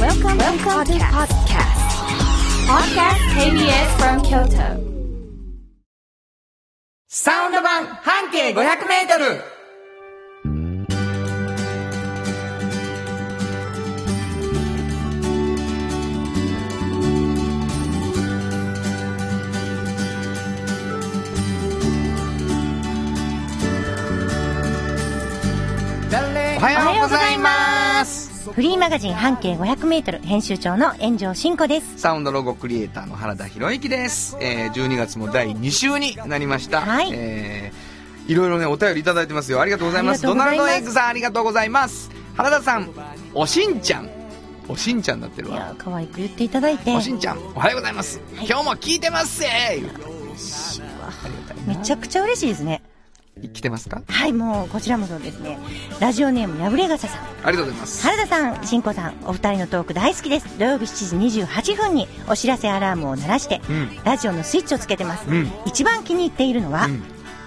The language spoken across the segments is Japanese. Welcome, to the podcast. Podcast KBS from Kyoto. サウンド版半径500メートルおはようございますフリーマガジン半径 500m 編集長の炎上真子です。サウンドロゴクリエイターの原田博之です、えー、12月も第2週になりました、はいえーいろいろねお便りいただいてますよありがとうございますあドりがナとルうござド・エいますッグさんありがとうございます原田さんおしんちゃんおしんちゃんだってるいわやー、可愛く言っていただいてお、しんちゃんおはようございます、今日も聞いてますせーめちゃくちゃ嬉しいですね。来てますかはい、もうこちらもそうですね。ラジオネーム、ラブレガサさん。ありがとうございます原田さん、真子さん、お二人のトーク大好きです。土曜日7時28分にお知らせアラームを鳴らして、うんラジオのスイッチをつけてます。うん一番気に入っているのは、うん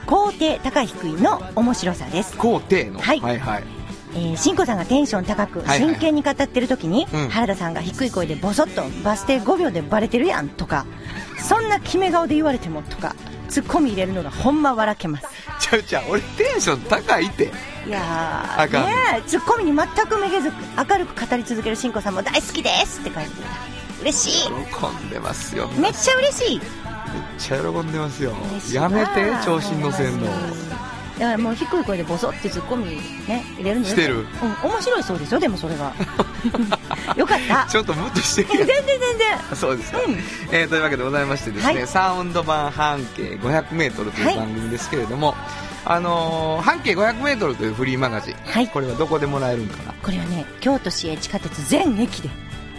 高低高い低いの面白さです。皇帝の、はいはいはいえー、しんこさんがテンション高くはいはい真剣に語ってる時に、うん原田さんが低い声でボソッと「バス停5秒でバレてるやん」とか「そんな決め顔で言われても」とかツッコミ入れるのがほんま笑けますちゃうちゃう俺テンション高いっていやあーかんねえツッコミに全くめげず明るく語り続けるしんこさんも大好きですって書いてた嬉し喜んでますよいめっちゃ嬉しいめっちゃ喜んでますよ嬉しいやめてわー調子に乗せんのだからもう低い声でボソってツッコミね入れるのよしてるうん、面白いそうですよでもそ れがよかったちょっとムッとしてる全やん然全 然そうですか、うんえーというわけでございましてですね、はいサウンド版半径 500m といはうい番組ですけれども、あのー半径 500m というフリーマガジン、はいこれはどこでもらえるんかなこれはね京都市営地下鉄全駅で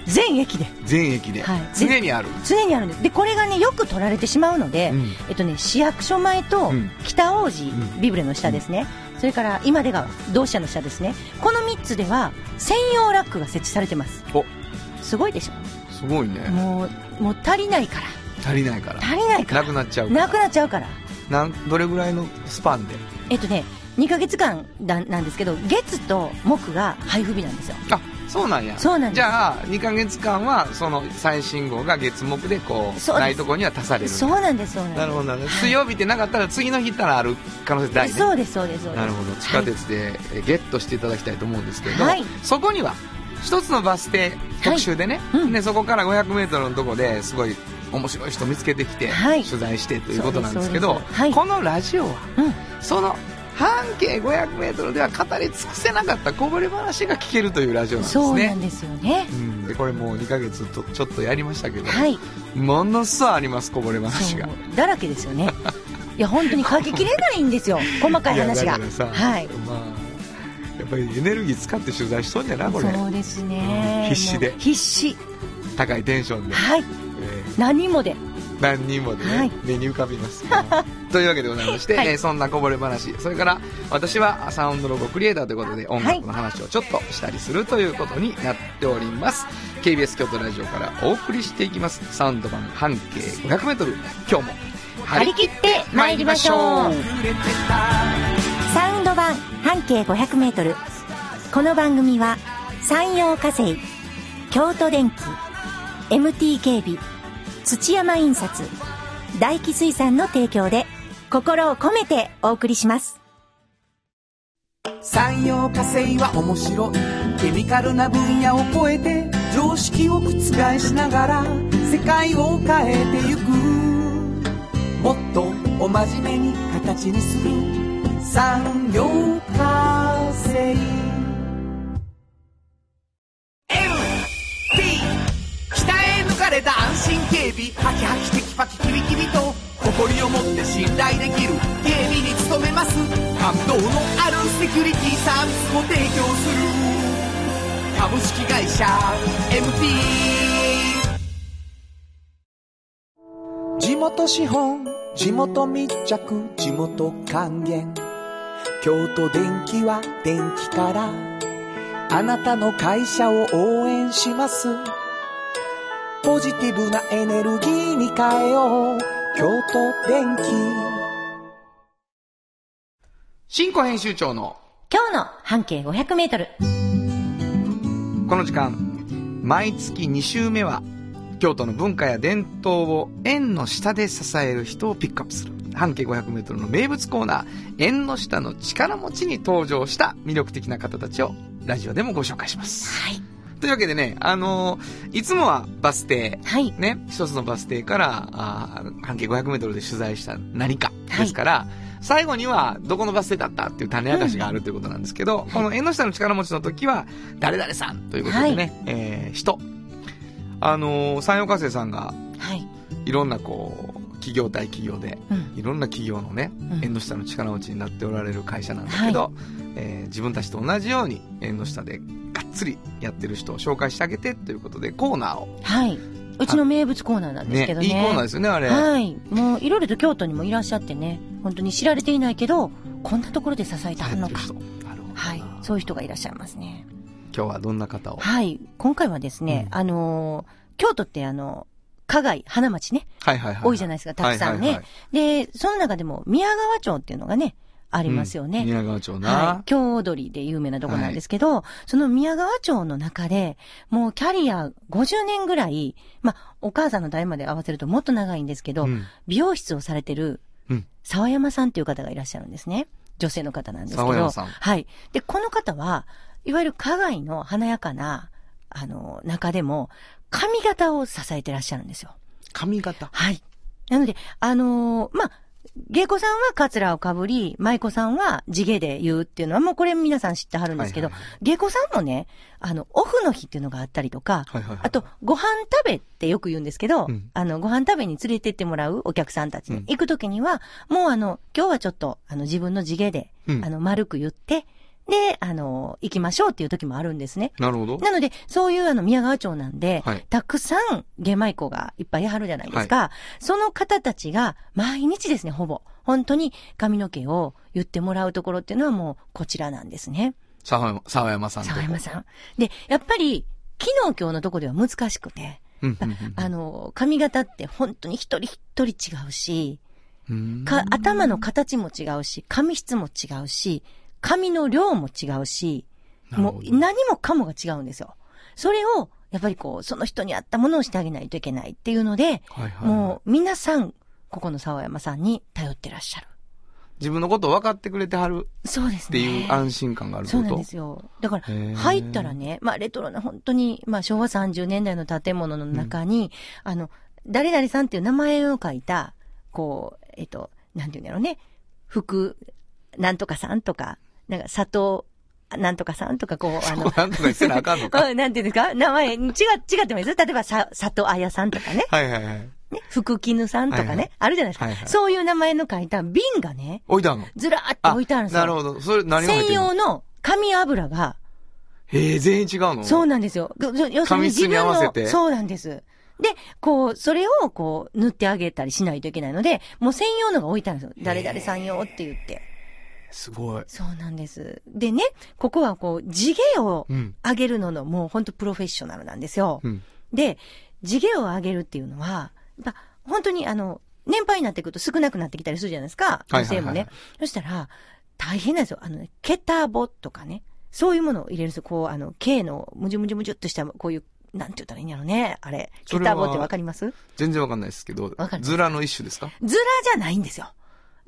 全駅で全駅で、はい常にある常にあるんですでこれがねよく取られてしまうので、うんえっとね、市役所前とうん北王子、んビブレの下ですね、それから今出川同志社の下ですねこの3つでは専用ラックが設置されてますおすごいでしすごいょねもうもう足りないから足りないから足りないからなくなっちゃうからなくなっちゃうからなんどれぐらいのスパンでえっとね2ヶ月間だなんですけど月と木が配布日なんですよあそうなんやそうなんですじゃあ2か月間はその最新号が月目でこうそうですないとこには足されるそうなんですそうなんですなるほどなるほどはい水曜日ってなかったら次の日ったらある可能性大ねそうですそうですそうですなるほど地下鉄でえゲットしていただきたいと思うんですけど、はいそこには一つのバス停特集でね、うんでそこから 500m のとこですごい面白い人見つけてきて、はい取材してということなんですけそどうですそうですはいこのラジオはうんその半径 500m では語り尽くせなかったこぼれ話が聞けるというラジオなんですねそうなんですよね。うんでこれもう2ヶ月とちょっとやりましたけど、はい。ものすごいありますこぼれ話がそうだらけですよね。いや本当に書ききれない んですよ。細かい話が。やだからさ、はい。まあやっぱりエネルギー使って取材しとんじゃなこれそうですね。必死でもう必死。高いテンションで、はい。え何もで。ー何人もで、ねはい目に浮かびます というわけでございまして、はいえーそんなこぼれ話それから私はサウンドロゴクリエイターということで音楽の話をちょっとしたりするということになっております、KBS 京都ラジオからお送りしていきますサウンド版半径 500m 今日も張張り切って参りましょう。サウンド版半径500メートル。この番組は山陽火星、京都電機、MT 警備、土山印刷、大気水産の提供で心を込めてお送りします。産業化成は面白いケミカルな分野を超えて常識を覆しながら世界を変えてゆくもっとお真面目に形にする産業化成 MT 鍛え抜かれた安心警備ハキハキテキパキキビキビと誇りを持って信頼できる警備に努めます感動のあるセキュリティサービスを提供する株式会社 MT 地元資本地元密着地元還元京都電気は電気からあなたの会社を応援しますポジティブなエネルギーに変えよう京都電気新庫編集長の今日の半径500メートル。この時間毎月2週目は京都の文化や伝統を縁の下で支える人をピックアップする半径 500m の名物コーナー縁の下の力持ちに登場した魅力的な方たちをラジオでもご紹介します。はい。というわけでね、あのーいつもはバス停、はい。ね、一つのバス停からあー半径 500m で取材した何かですから、最後にはどこのバス停だったっていう種明かしがあるということなんですけど、この縁の下の力持ちの時は誰々さんということでね、えー人。あのー、三洋化成さんがはい。いろんなこう、企業対企業で、うん。いろんな企業のね、うん縁の下の力持ちになっておられる会社なんだけど、えー自分たちと同じように縁の下でがっつりやってる人を紹介してあげてということでコーナーをはい。うちの名物コーナーなんですねけどね。いいコーナーですよねあれ、はい。もう、いろいろと京都にもいらっしゃってね、本当に知られていないけど、こんなところで支えてはやるっのてるか。人なるほどなはい。そういう人がいらっしゃいますね。今日はどんな方をはい。今回はですね、うんあのー京都ってあの、加害、花町ね、はいはいはい多いじゃないですか、たくさんね。はいはいはいで、その中でも宮川町っていうのがね、ありますよね。うん宮川町な、はい。京踊りで有名なとこなんですけど、その宮川町の中で、もうキャリア50年ぐらい、まあ、お母さんの代まで合わせるともっと長いんですけど、うん美容室をされてるうん、沢山さんっていう方がいらっしゃるんですね。女性の方なんですけど。沢山さんはい。で、この方は、いわゆる加害の華やかな、あの、中でも、髪型を支えてらっしゃるんですよ。髪型はい。なので、あのーまあ、芸妓さんはカツラをかぶり、舞妓さんは地毛で言うっていうのは、もうこれ皆さん知ってはるんですけど、はいはいは芸妓さんもね、あの、オフの日っていうのがあったりとか、はいはいはいあと、ご飯食べってよく言うんですけど、うんあの、ご飯食べに連れてってもらうお客さんたちに、うん行くときには、もうあの、今日はちょっと、あの、自分の地毛で、うんあの、丸く言って、で、あの、行きましょうっていう時もあるんですね。なるほどなので、そういうあの、宮川町なんで、はいたくさん、下舞妓がいっぱいあるじゃないですか。その方たちが、毎日ですね、ほぼ。本当に髪の毛を言ってもらうところっていうのはもう、こちらなんですね。沢山沢山さんと沢山さん。で、やっぱり、昨日今日のところでは難しくて、うんうんうんあの、髪型って本当に一人一人違うし、うんか、頭の形も違うし、髪質も違うし、髪の量も違うし、もう何もかもが違うんですよ。それを、やっぱりこう、その人に合ったものをしてあげないといけないっていうので、はいはいもう皆さん、ここの沢山さんに頼ってらっしゃる。自分のことを分かってくれてはるそうですってね。いう安心感があるってそうこなんとですよ。だからへー、入ったらね、まあ、レトロな本当に、まあ、昭和30年代の建物の中に、あの、誰々さんっていう名前を書いた、こう、えっと、なんて言うんだろうね、服、なんとかさんとか、なんか、佐藤、なんとかさんとか、こう、あの、なんとか言ってなあかん のかうんなんていうんですか名前、違う、違ってもいいですよ例えば、さ、佐藤綾さんとかね、はいはいはいね、福絹さんとかね、はいはいあるじゃないですか、はいはいそういう名前の書いた瓶がね、置いたのずらーっと置いてあるんですよ。なるほど。それ何が入っ専てるの用の紙油が、へえ、全員違うのそうなんですよ。ぐず要するに紙自質分に合わせのて、そうなんです。で、こう、それをこう、塗ってあげたりしないといけないので、もう専用のが置いたんですよ。誰々さん用って言って。すごい。そうなんです。でね、ここはこう、地毛をうん。上げるのの、もう本当プロフェッショナルなんですよ。うん。で、地毛を上げるっていうのは、やっぱ本当にあの、年配になってくると少なくなってきたりするじゃないですか。はいはいはい女性もね。そしたら、大変なんですよ。あのね、ケタボとかね。そういうものを入れるんですよ。こう、あの、K のむじゅむじゅむじゅっとした、こういう、なんて言ったらいいんやろね。あれ。そケれはタボってわかります全然わかんないですけどかんない、ズラの一種ですかズラじゃないんですよ。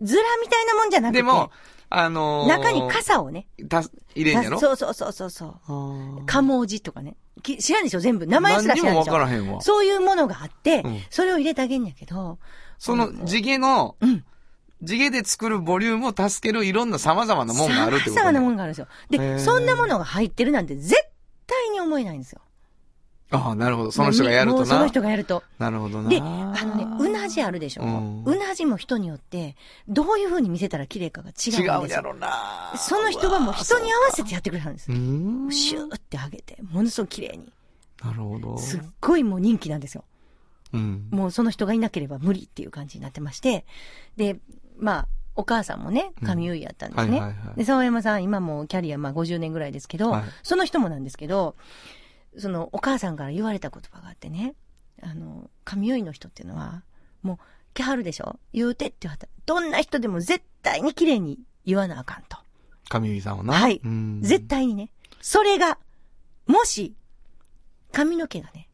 ズラみたいなもんじゃなくて。でも、あのー、中に傘をね。た入れんやろそうそうそうそうそう。うカモジとかね。き知らんでしょ全部。名前すら知らんでし何にょもわからへんわそういうものがあって、うんそれを入れてあげんやけど、その地毛の、うん地毛で作るボリュームを助けるいろんな様々なもんがあるってこと様々なもん。んがあるんですよ。へで、ーそんなものが入ってるなんて絶対に思えないんですよ。ああ、なるほど。その人がやるもとうそのな。人がやると。なるほどな。で、あのね、うなじあるでしょ、うんうなじも人によって、どういう風に見せたら綺麗かが違違うんうですやよ。ろな。その人はもう人に合わせてやってくれたんですう。ん。なシューってあげて、ものすごく綺麗に。るほど。すっごいもう人気なんですよ。うん。もうその人がいなければ無理っていう感じになってまして。で、まあ、お母さんもね、髪結いやったんですね。うんはいはいはいで、沢山さん、今もうキャリアまあ50年ぐらいですけど、はいその人もなんですけど、そのお母さんから言われた言葉があってね、あの、髪結いの人っていうのは、もう、キャるでしょ言うてって言われた。どんな人でも絶対に綺麗に言わなあかんと。神美さんはな。はいうん絶対にね。それが、もし、髪の毛がね、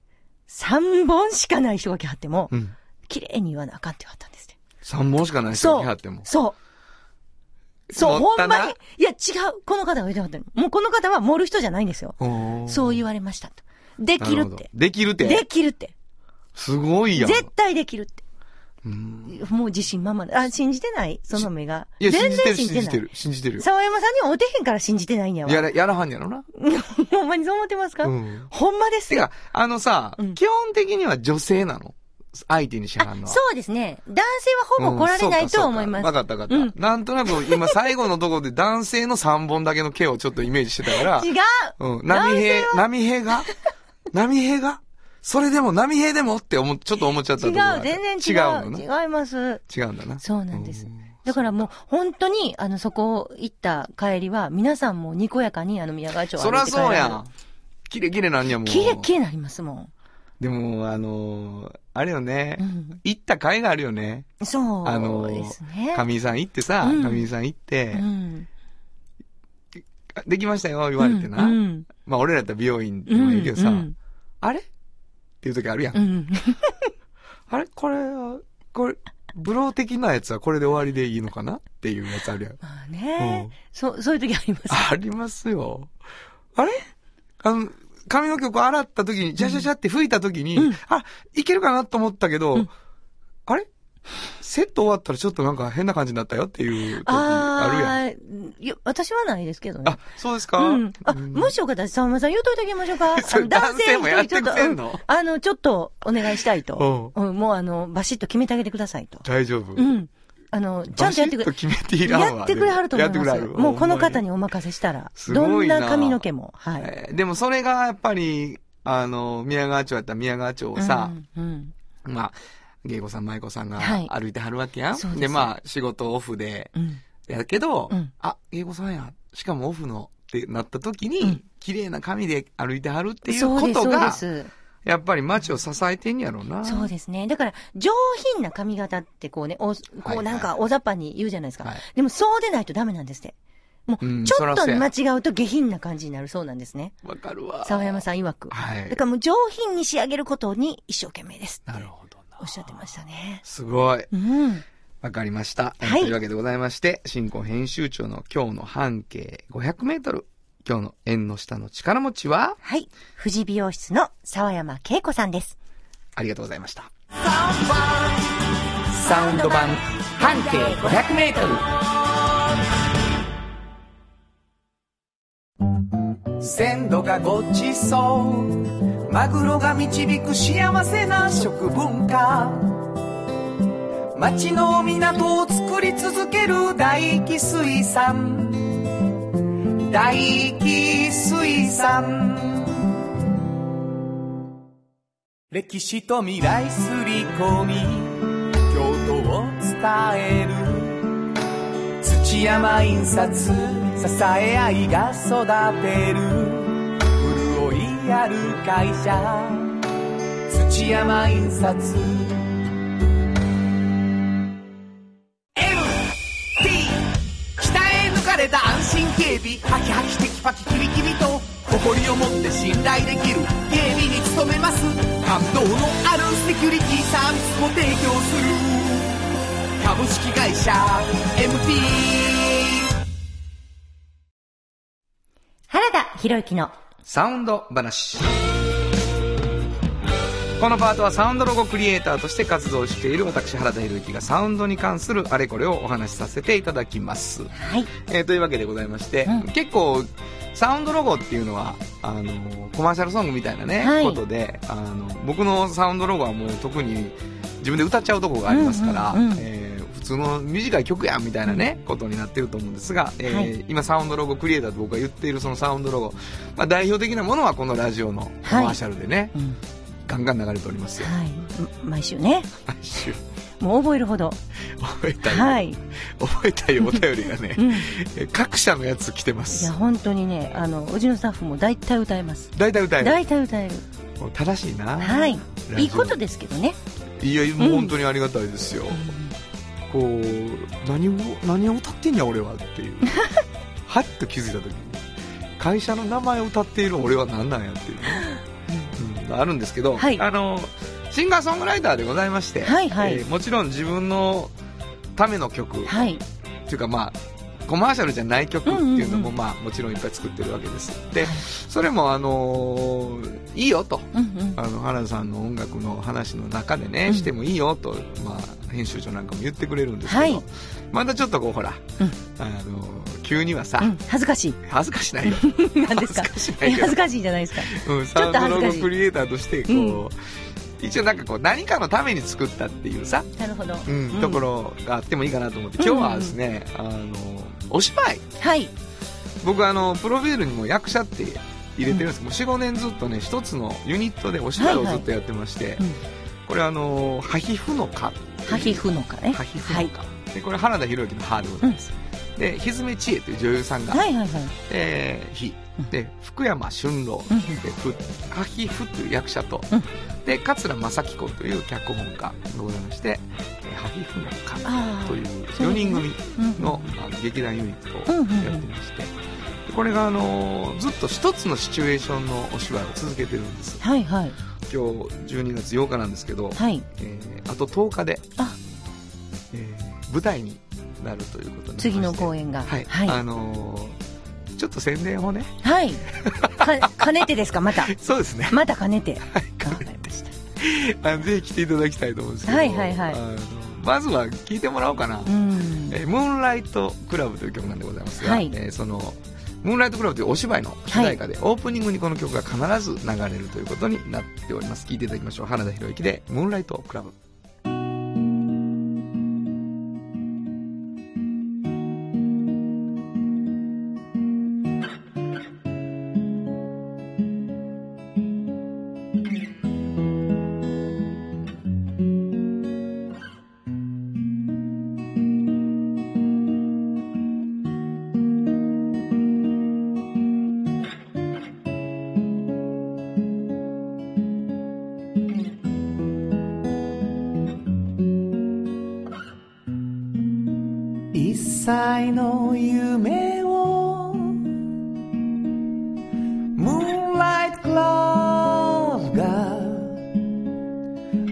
3本しかない人が来はっても、うん。綺麗に言わなあかんって言わはったんですって。 3本しかない人そが来はうっても。。そう。そう、乗っほたんなまに。いや、違う。この方が言ってはったの。もうこの方は盛る人じゃないんですよ。おーそう言われましたと。できるって。できるって。できるって。すごいやん。絶対できるって。うんもう自信満々だ。あ、信じてないその目が。いや、信全じて然る、信信じじててない。る。信じてるよ。沢山さんにはおてへんから信じてないんやわ。やら、やらはんやろな。ほんまにそう思ってますか、うんほんまですてよか。、あのさうん、基本的には女性なの相手にしはんのは。そうですね。男性はほぼ来られないとは思います。わかったわかうっんた。なんとなく今最後のところで男性の3本だけの毛をちょっとイメージしてたから。違う、うん。男波性平、波平が波平がそれでも波平でもって思っ、ちょっと思っちゃったところがあっは違う、た全違然うの違う。ね。違います。違うんだな。そうなんですうん。だからもう本当に、あの、そこ行った帰りは、皆さんもにこやかに、あの、宮川町を歩そいて帰らられるそうやん。。キレキレなんやもん。キレキレなりますもん。でも、あのーあれよねう。ん。行った甲斐があるよね。そう。あのーですね。上井さん行ってさ、うん上井さん行って、うん。あできましたよ、言われてな。うんうん。まあ、俺らやったら美容院でうもん。いいけどさ、うんあれっていう時あるやん。うん。あれこれは、これ、ブロー的なやつはこれで終わりでいいのかなっていうやつあるやん。まあうねん。そう、そういう時あります。ありますよ。あれあの、髪の毛をこう洗った時に、ジャジャジャって吹いた時に、あ、いけるかなと思ったけど、あれセット終わったらちょっとなんか変な感じになったよっていう時あるやん。ああーいや、私はないですけどね。そうですか、うん。あ、うんもしよかったら、沢村さん言うといてあげましょうか。 そあれの男性の人にちょっと、男性もやってくれんうのんあの、ちょっとお願いしたいと。うん、もうあの、バシッと決めてあげてくださいと。大丈夫。うん。あの、ちゃんとやってくバれ、シッと決めていらんわ。やってくれはると思いやまっすてくれはるもうこの方にお任せしたら、すどごんいなな髪の毛も、はい。えーでもそれがやっぱり、あの、宮川町やったら宮川町をさ、うん、うん。まあ、芸子さん、舞子さんがはい歩いてはるわけやん。そうですで、まあ、仕事オフで、うん。やけど、うんあ、芸子さんや、しかもオフのってなった時に、うん綺麗な髪で歩いてはるっていうそうこでとす、そうでが、す。やっぱり街を支えてんやろうな。そうですね。だから、上品な髪型ってこうね、おこうなんかおざっぱに言うじゃないですか。はいでも、そうでないとダメなんですって。もうう、んちそょらっとそうや間違うと下品な感じになるそうなんですね。わかるわ。沢山さん曰く。はいだからもう上品に仕上げることに一生懸命です。なるほどなおっ。しゃってましたね。すごい。うん。わかりました。はいというわけでございまして、新婚編集長の今日の半径500メートル、今日の縁の下の力持ちは、はい。富士美容室の沢山恵子さんです。ありがとうございました。サウンド版半径500メートル。鮮度がごちそうマグロが導く幸せな食文化町の港を作り続ける大気水産大気水産歴史と未来すり込み京都を伝える土山印刷支え合いが育てる潤いある会社土山印刷 MT 鍛え抜かれた安心警備ハキハキテキパキキビキビと誇りを持って信頼できる警備に努めます感動のあるセキュリティサービスも提供する株式会社 MT 原田博之の。サウンド話。このパートはサウンドロゴクリエイターとして活動している私原田裕之がサウンドに関するあれこれをお話しさせていただきます。はい。えーというわけでございまして、うん結構サウンドロゴっていうのはあのーコマーシャルソングみたいなね、はいことであの僕のサウンドロゴはもう特に自分で歌っちゃうとこがありますから、うんうんうんえー普通の短い曲やんみたいなね、ことになってると思うんですが、えーはい今サウンドロゴクリエイターと僕が言っているそのサウンドロゴ、まあ、代表的なものはこのラジオのコマーシャルでね、うん。ガンガン流れておりますよ はい。毎週ね。毎週もう覚えるほど。覚えたよ、はい。覚えたよお便りがね、うん。いえー各社のやつ来てまや、す本当にね、あの、うちのスタッフも大体歌えます。大体歌える大体歌える。もう正しいなはい。ラジオいいことですけどね。いやもう本当にありがたいですよ、こう何を何を歌ってんや俺はって いうはっと気づいた時に会社の名前を歌っている俺は何なんやっていうね、うんがあるんですけど、はいあのシンガーソングライターでございまして、はいはいえーもちろん自分のための曲、はい。っていうかまあコマーシャルじゃない曲っていうのうんうんも、うんまあ、もちろんいっぱい作ってるわけですでそれも、あのーいいよとうんうん。あの原さんの音楽の話の中でね、うんしてもいいよと、まあ、編集長なんかも言ってくれるんですけど、はいまだちょっとこうほら、うんあのー急にはさ、うん、恥ずか しい。恥ずかしない よ何です恥ずかかしなえいよ恥ずかしいじゃないですか。うん、ょサっウとン恥ドずかロしいゴクリエイターとしてこう、一応なんかこう何かのために作ったっていうさ、なるほど。うんところがあってもいいかなと思って今日はですね、あのお芝居はい。僕あのプロフィールにも役者って入れてるんですけど、45年ずっとね一つのユニットでお芝居をずっとやってまして、うんこれあの「ハヒフの蚊」ハヒフのかね。ハヒフの蚊、でこれ原田博之の「ハ」でござういんます、でひずめちえという女優さんがはいはいはい。えー、日うんで福山俊郎、うんでふハヒフという役者と、うんで桂正彦という脚本家がございましてえーハヒフのあ家ーという4人組うんのあの劇団ユニットうんうんうんをやってまして、でこれが、あのーずっと一つのシチュエーションのお芝居を続けてるんですはいはい。今日12月8日なんですけど、はい。えーあと10日であ、えー舞台になるということになりまして次の公演が。はい、はあい。のーちょっと宣伝をね はい。か、かねてですかまた。そうです ね。またかねて。わかりました。あのぜひ来ていただきたいと思うんですけど。はいはいはあいのまずは聞いてもらおうかな。うん。えームーンライトクラブという曲なんでございますが、はいえーその、ムーンライトクラブというお芝居の主題歌で、オープニングにこの曲が必ず流れるということになっております。聞いていただきましょう。原田博之で、ムーンライトクラブ。一切の夢を Moonlight Glove が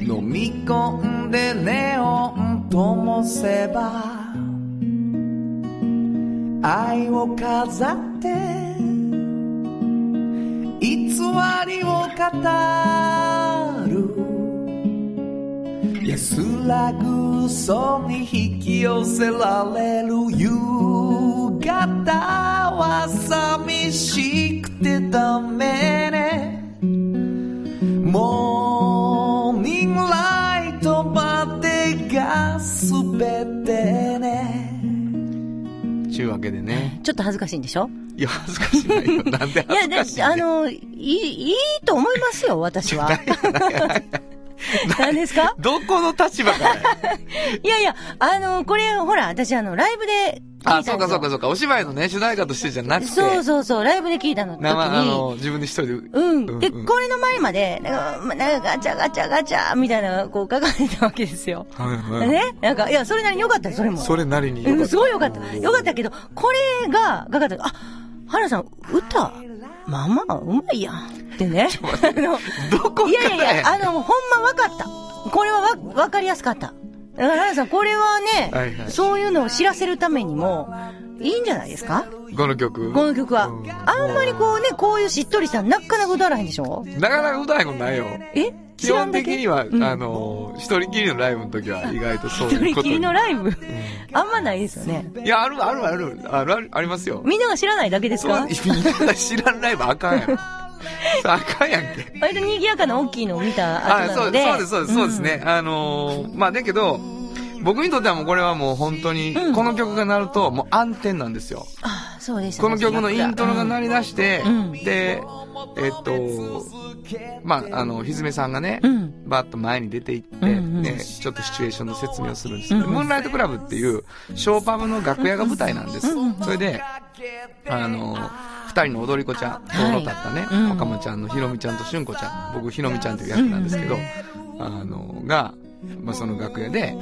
飲み込んでネオン灯せば愛を飾って偽りを語る安らぐ嘘に引き寄せられる夕方は寂しくてダメねモーニングライトまでが全てねちゅうわけでね。ちょっと恥ずかしいんでしょいや、恥ずかしないよ。なんでい恥や、ずでかしい、ね、あの、いい、いいと思いますよ、私は。 何ですかどこの立場からやいやいや、あの、これ、ほら、私、あの、ライブで聞 あ、いたそんうでかすそうよかそうか。お芝居のね、主題歌としてじゃなくて。そうそうそう、ライブで聞いたの時生、あに、の、自分で一人で。うんうん。で、うんこれの前まで、なんか、まなんかガチャガチャガチャ、みたいな、こう、書かれたわけですよ。はいはいねなんか、いや、それなりに良かったよ、それも。それなりに良かっうたんすごい良かった。良かったけど、これが、がかった。あ、原さん、歌、まあまあ、うまいやん。っ てね。あの、どこからいやいやいや、やあの、ほんまわかった。これはわ、わかりやすかった。だから、原さん、これはね、はいはいそういうのを知らせるためにも、いいんじゃないですかこの曲。この曲は。うんあんまりこうね、こういうしっとりした、なかなか歌わないんでしょなかなか歌えことないよ。え基本的には、うんあの、一人きりのライブの時は意外とそう一いう人こときに。りのライブ、あんまないですよね。いや、あるあるある、あるある、ありますよ。みんなが知らないだけですそう、みかんな知らんライブあ かんやん。そうあかんやんけ。割と賑やかな大きいのを見たあ後なそうので。そうです、そうです、そうですね。あのー、まあ、だけど、僕にとってはもうこれはもう本当に、この曲が鳴るともう暗転なんですよ。うん。あそうでしたねこの曲のイントロが鳴り出して、うんで、えっと、まあ、あの、ひずめさんがね、うんバッと前に出て行って、うんうんね、ちょっとシチュエーションの説明をするんですけど、うんうんムーンライトクラブっていう、ショーパブの楽屋が舞台なんです。うんうんそれで、あの、二人の踊り子ちゃん、遠の立ったね、うん若間ちゃんのひろみちゃんとしゅんこちゃん、僕ひろみちゃんという役なんですけど、あの、が、まあ、その楽屋で、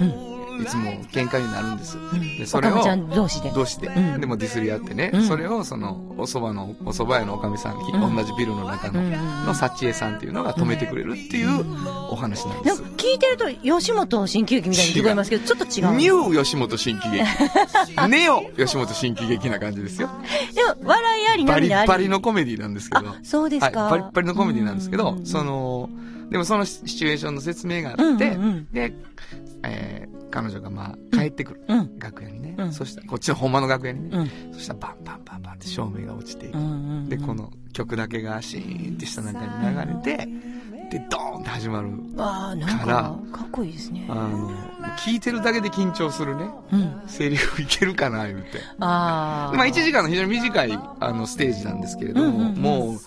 いつも喧嘩になるんです。で、そおれかをみち、ゃん同士で。どうして、うんでもディスり合ってね、うんそれをその、お蕎麦の、お蕎麦屋のおかみさん、きうん同じビルの中の、うんの幸恵さんっていうのが止めてくれるっていうお話なんでなんすか。聞いてると吉本新喜劇みたいに聞こえますけど、ちょっと違う。ニュー吉本新喜劇。ネオ吉本新喜劇な感じです よ。でも、笑いあり、バリ涙あり。バリのコメディなんですけど。あ、そうですか。はい、バリバリのコメディなんですけうどん、その、でもそのシシチュエーションの説明があって、うんうんうんで、えー彼女がまあ帰ってくる。うん。楽屋にね、うんそしたら、こっちの本間の楽屋にね、うんそしたらバンバンバンバンって照明が落ちていく。うん。で、こ、の曲だけがシーンってした中に流れて、で、ドーンって始まる。ああ、なんか、からかっこいいですねあ。の、聞いてるだけで緊張するね。うん。セリフいけるかな、言うて。ああ。まあ、1時間の非常に短いあのステージなんですけれども、うんうんうんもう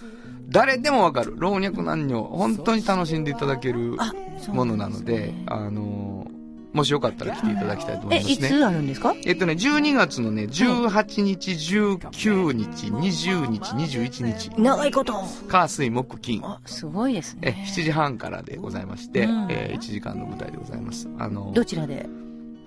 誰でもわかる老若男女本当に楽しんでいただけるあそうものなのであのもしよかったら来ていただきたいと思え、いまいすね。つあるんですかえっとね、12月のね、18日、19日、20日、21日、長いこと。火、水、木、金、あ、すごいですえ、ね。 7時半からでございまして、うんえ1時間の舞台でございます。あの、どちらで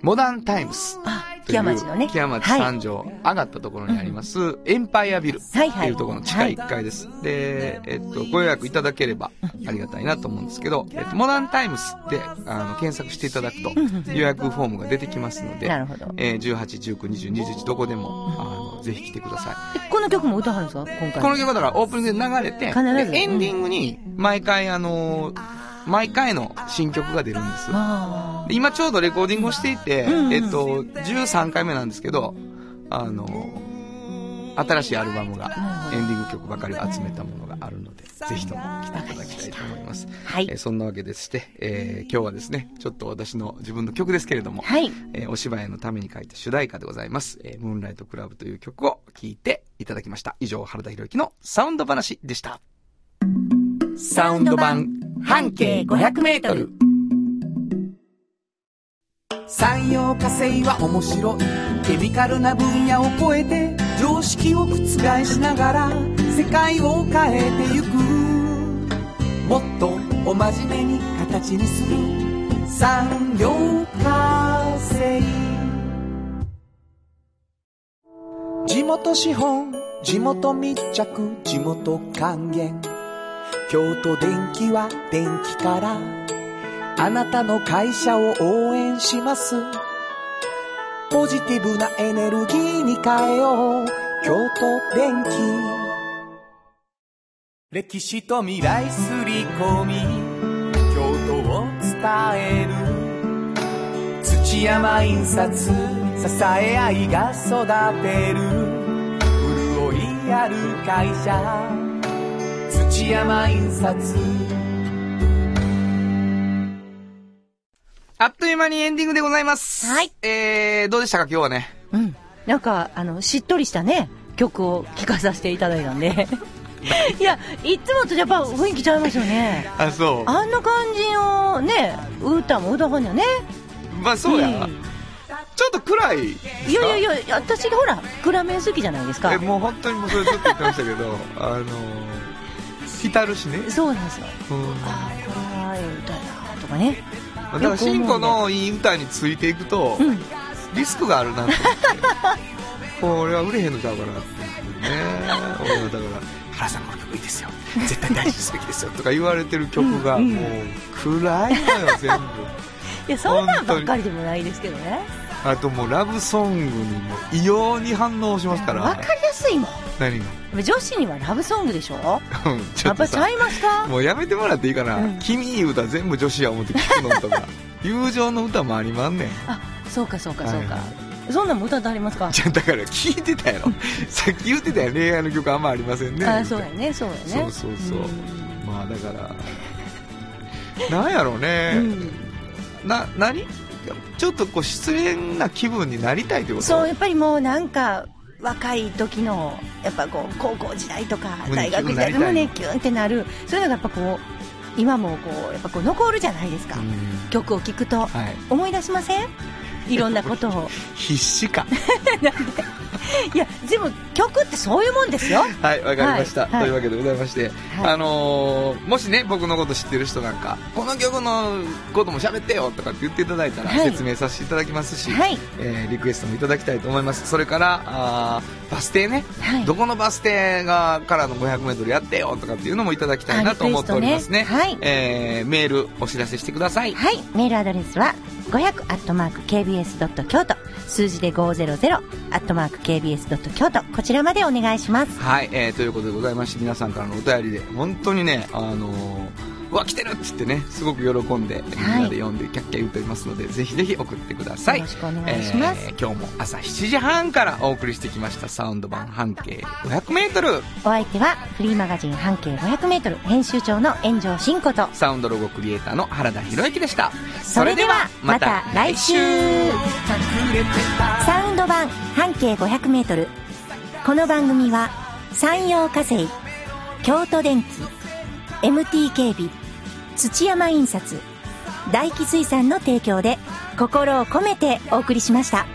モダンタイムス。あ、と木いう屋町のね。木屋町はい。三条、上がったところにあります、エンパイアビルってはいはいいうところの地下1階です。で、えっと、ご予約いただければありがたいなと思うんですけど、えっと、モダンタイムスで、あの、検索していただくと、予約フォームが出てきますので、なるほど。えー18、19、20、21、どこでも、あの、ぜひ来てください。えこの曲も歌はるんですか今回。この曲だからオープニングで流れて、必ずでエンディングに、毎回あのー毎回の新曲が出るんです。あで今ちょうどレコーディングをしていて、んうんえっと、13回目なんですけど、あの、新しいアルバムが、エンディング曲ばかりを集めたものがあるので、ぜひとも来ていただきたいと思います。あ。はえーい。そんなわけでして、えー今日はですね、ちょっと私の自分の曲ですけれども、はい。えーお芝居のために書いた主題歌でございます、えームーンライトクラブという曲を聴いていただきました。以上、原田博之のサウンド話でした。サウンド版半径500メートル。産業化成は面白いケミカルな分野を超えて常識を覆しながら世界を変えてゆくもっとお真面目に形にする産業化成地元資本地元密着地元還元京都電気は電気からあなたの会社を応援します。ポジティブなエネルギーに変えよう。京都電気。歴史と未来すり込み、京都を伝える。土山印刷、支え合いが育てる。潤いある会社、土山印刷。あっという間にエンディングでございます。はい。えー、どうでしたか今日はね。うん。なんか、あの、しっとりしたね、曲を聴かさせていただいたんで。 いや、いつもとやっぱ雰囲気ちゃいますよね。あ、そあんな感じのね、歌も歌はんやね。う。まあそうや、んちょっと暗いですか。いやいやいや、私ほら、暗め好きじゃないですかえ、。もう本当にもうそれずっと言ってましたけど、あのー、浸るしね。そうなんですよ。うんああ、これはええ歌やな、とかね。だから、シンコのいい歌についていくと、うんリスクがあるなと思って これは売れへんのちゃうかなって思ってね俺はだから「原さんこの曲いいですよ絶対大事にすべきですよ」とか言われてる曲がもう暗いのよ全部いや、そんなんばっかりでもないですけどね。あともうラブソングにも異様に反応しますかわらかりやすいも何がん。女子にはラブソングでしょうんちょやっっぱとちゃさいますか もうやめてもらっていいかな「うん君いい歌全部女子や思って聞くの」 とか友情の歌もありまんねんあ、そうかそうかそうかは。そんなんも歌ってありますかじゃだから聞いてた やろさっき言ってたやん恋愛の曲あんまありませんねあ、そうやね、そうやね。そうそうそう、んまあだからなんやろうね、な何ちょっとこう失恋な気分になりたいってことそうやっぱりもうなんか若い時のやっぱこう高校時代とか胸大キュン学時代のなりたい胸キュンってなるそういうのがやっぱこう今もこうやっぱこう残るじゃないですか、うん曲を聴くとはい思い出しませんいろんなこと を。必死 か。いや、でも曲ってそういうもんですよ。はい、わかりました、はいはいというわけでございまして、はい あのーもしね、僕のこと知ってる人なんか、この曲のことも喋ってよとかって言っていただいたら、はい説明させていただきますし、はいえーリクエストもいただきたいと思います。それから、あーバス停ね、はいどこのバス停がからの500メートルやってよとかっていうのもいただきたいなと思っておりますね。あリクエストねはいえーメールお知らせしてください。はい、メールアドレスは500アットマーク KBS ドット京都、数字で500アットマーク KBS ドット京都、こちらまでお願いします。はい、えーということでございまして皆さんからのお便りで本当にね、あのーうわ来てるっつってねすごく喜んでみんなで読んでキャッキャ言っておりますので、ぜひぜひ送ってくださいよろしくお願いしますえー今日も朝7時半からお送りしてきましたサウンド版半径 500m お相手はフリーマガジン半径500メートル編集長の炎上真子と、サウンドロゴクリエイターの原田博之でしたそれではまた来週サウンド版半径 500m この番組は山陽火星京都電機 MT 警備土山印刷大気水産の提供で心を込めてお送りしました。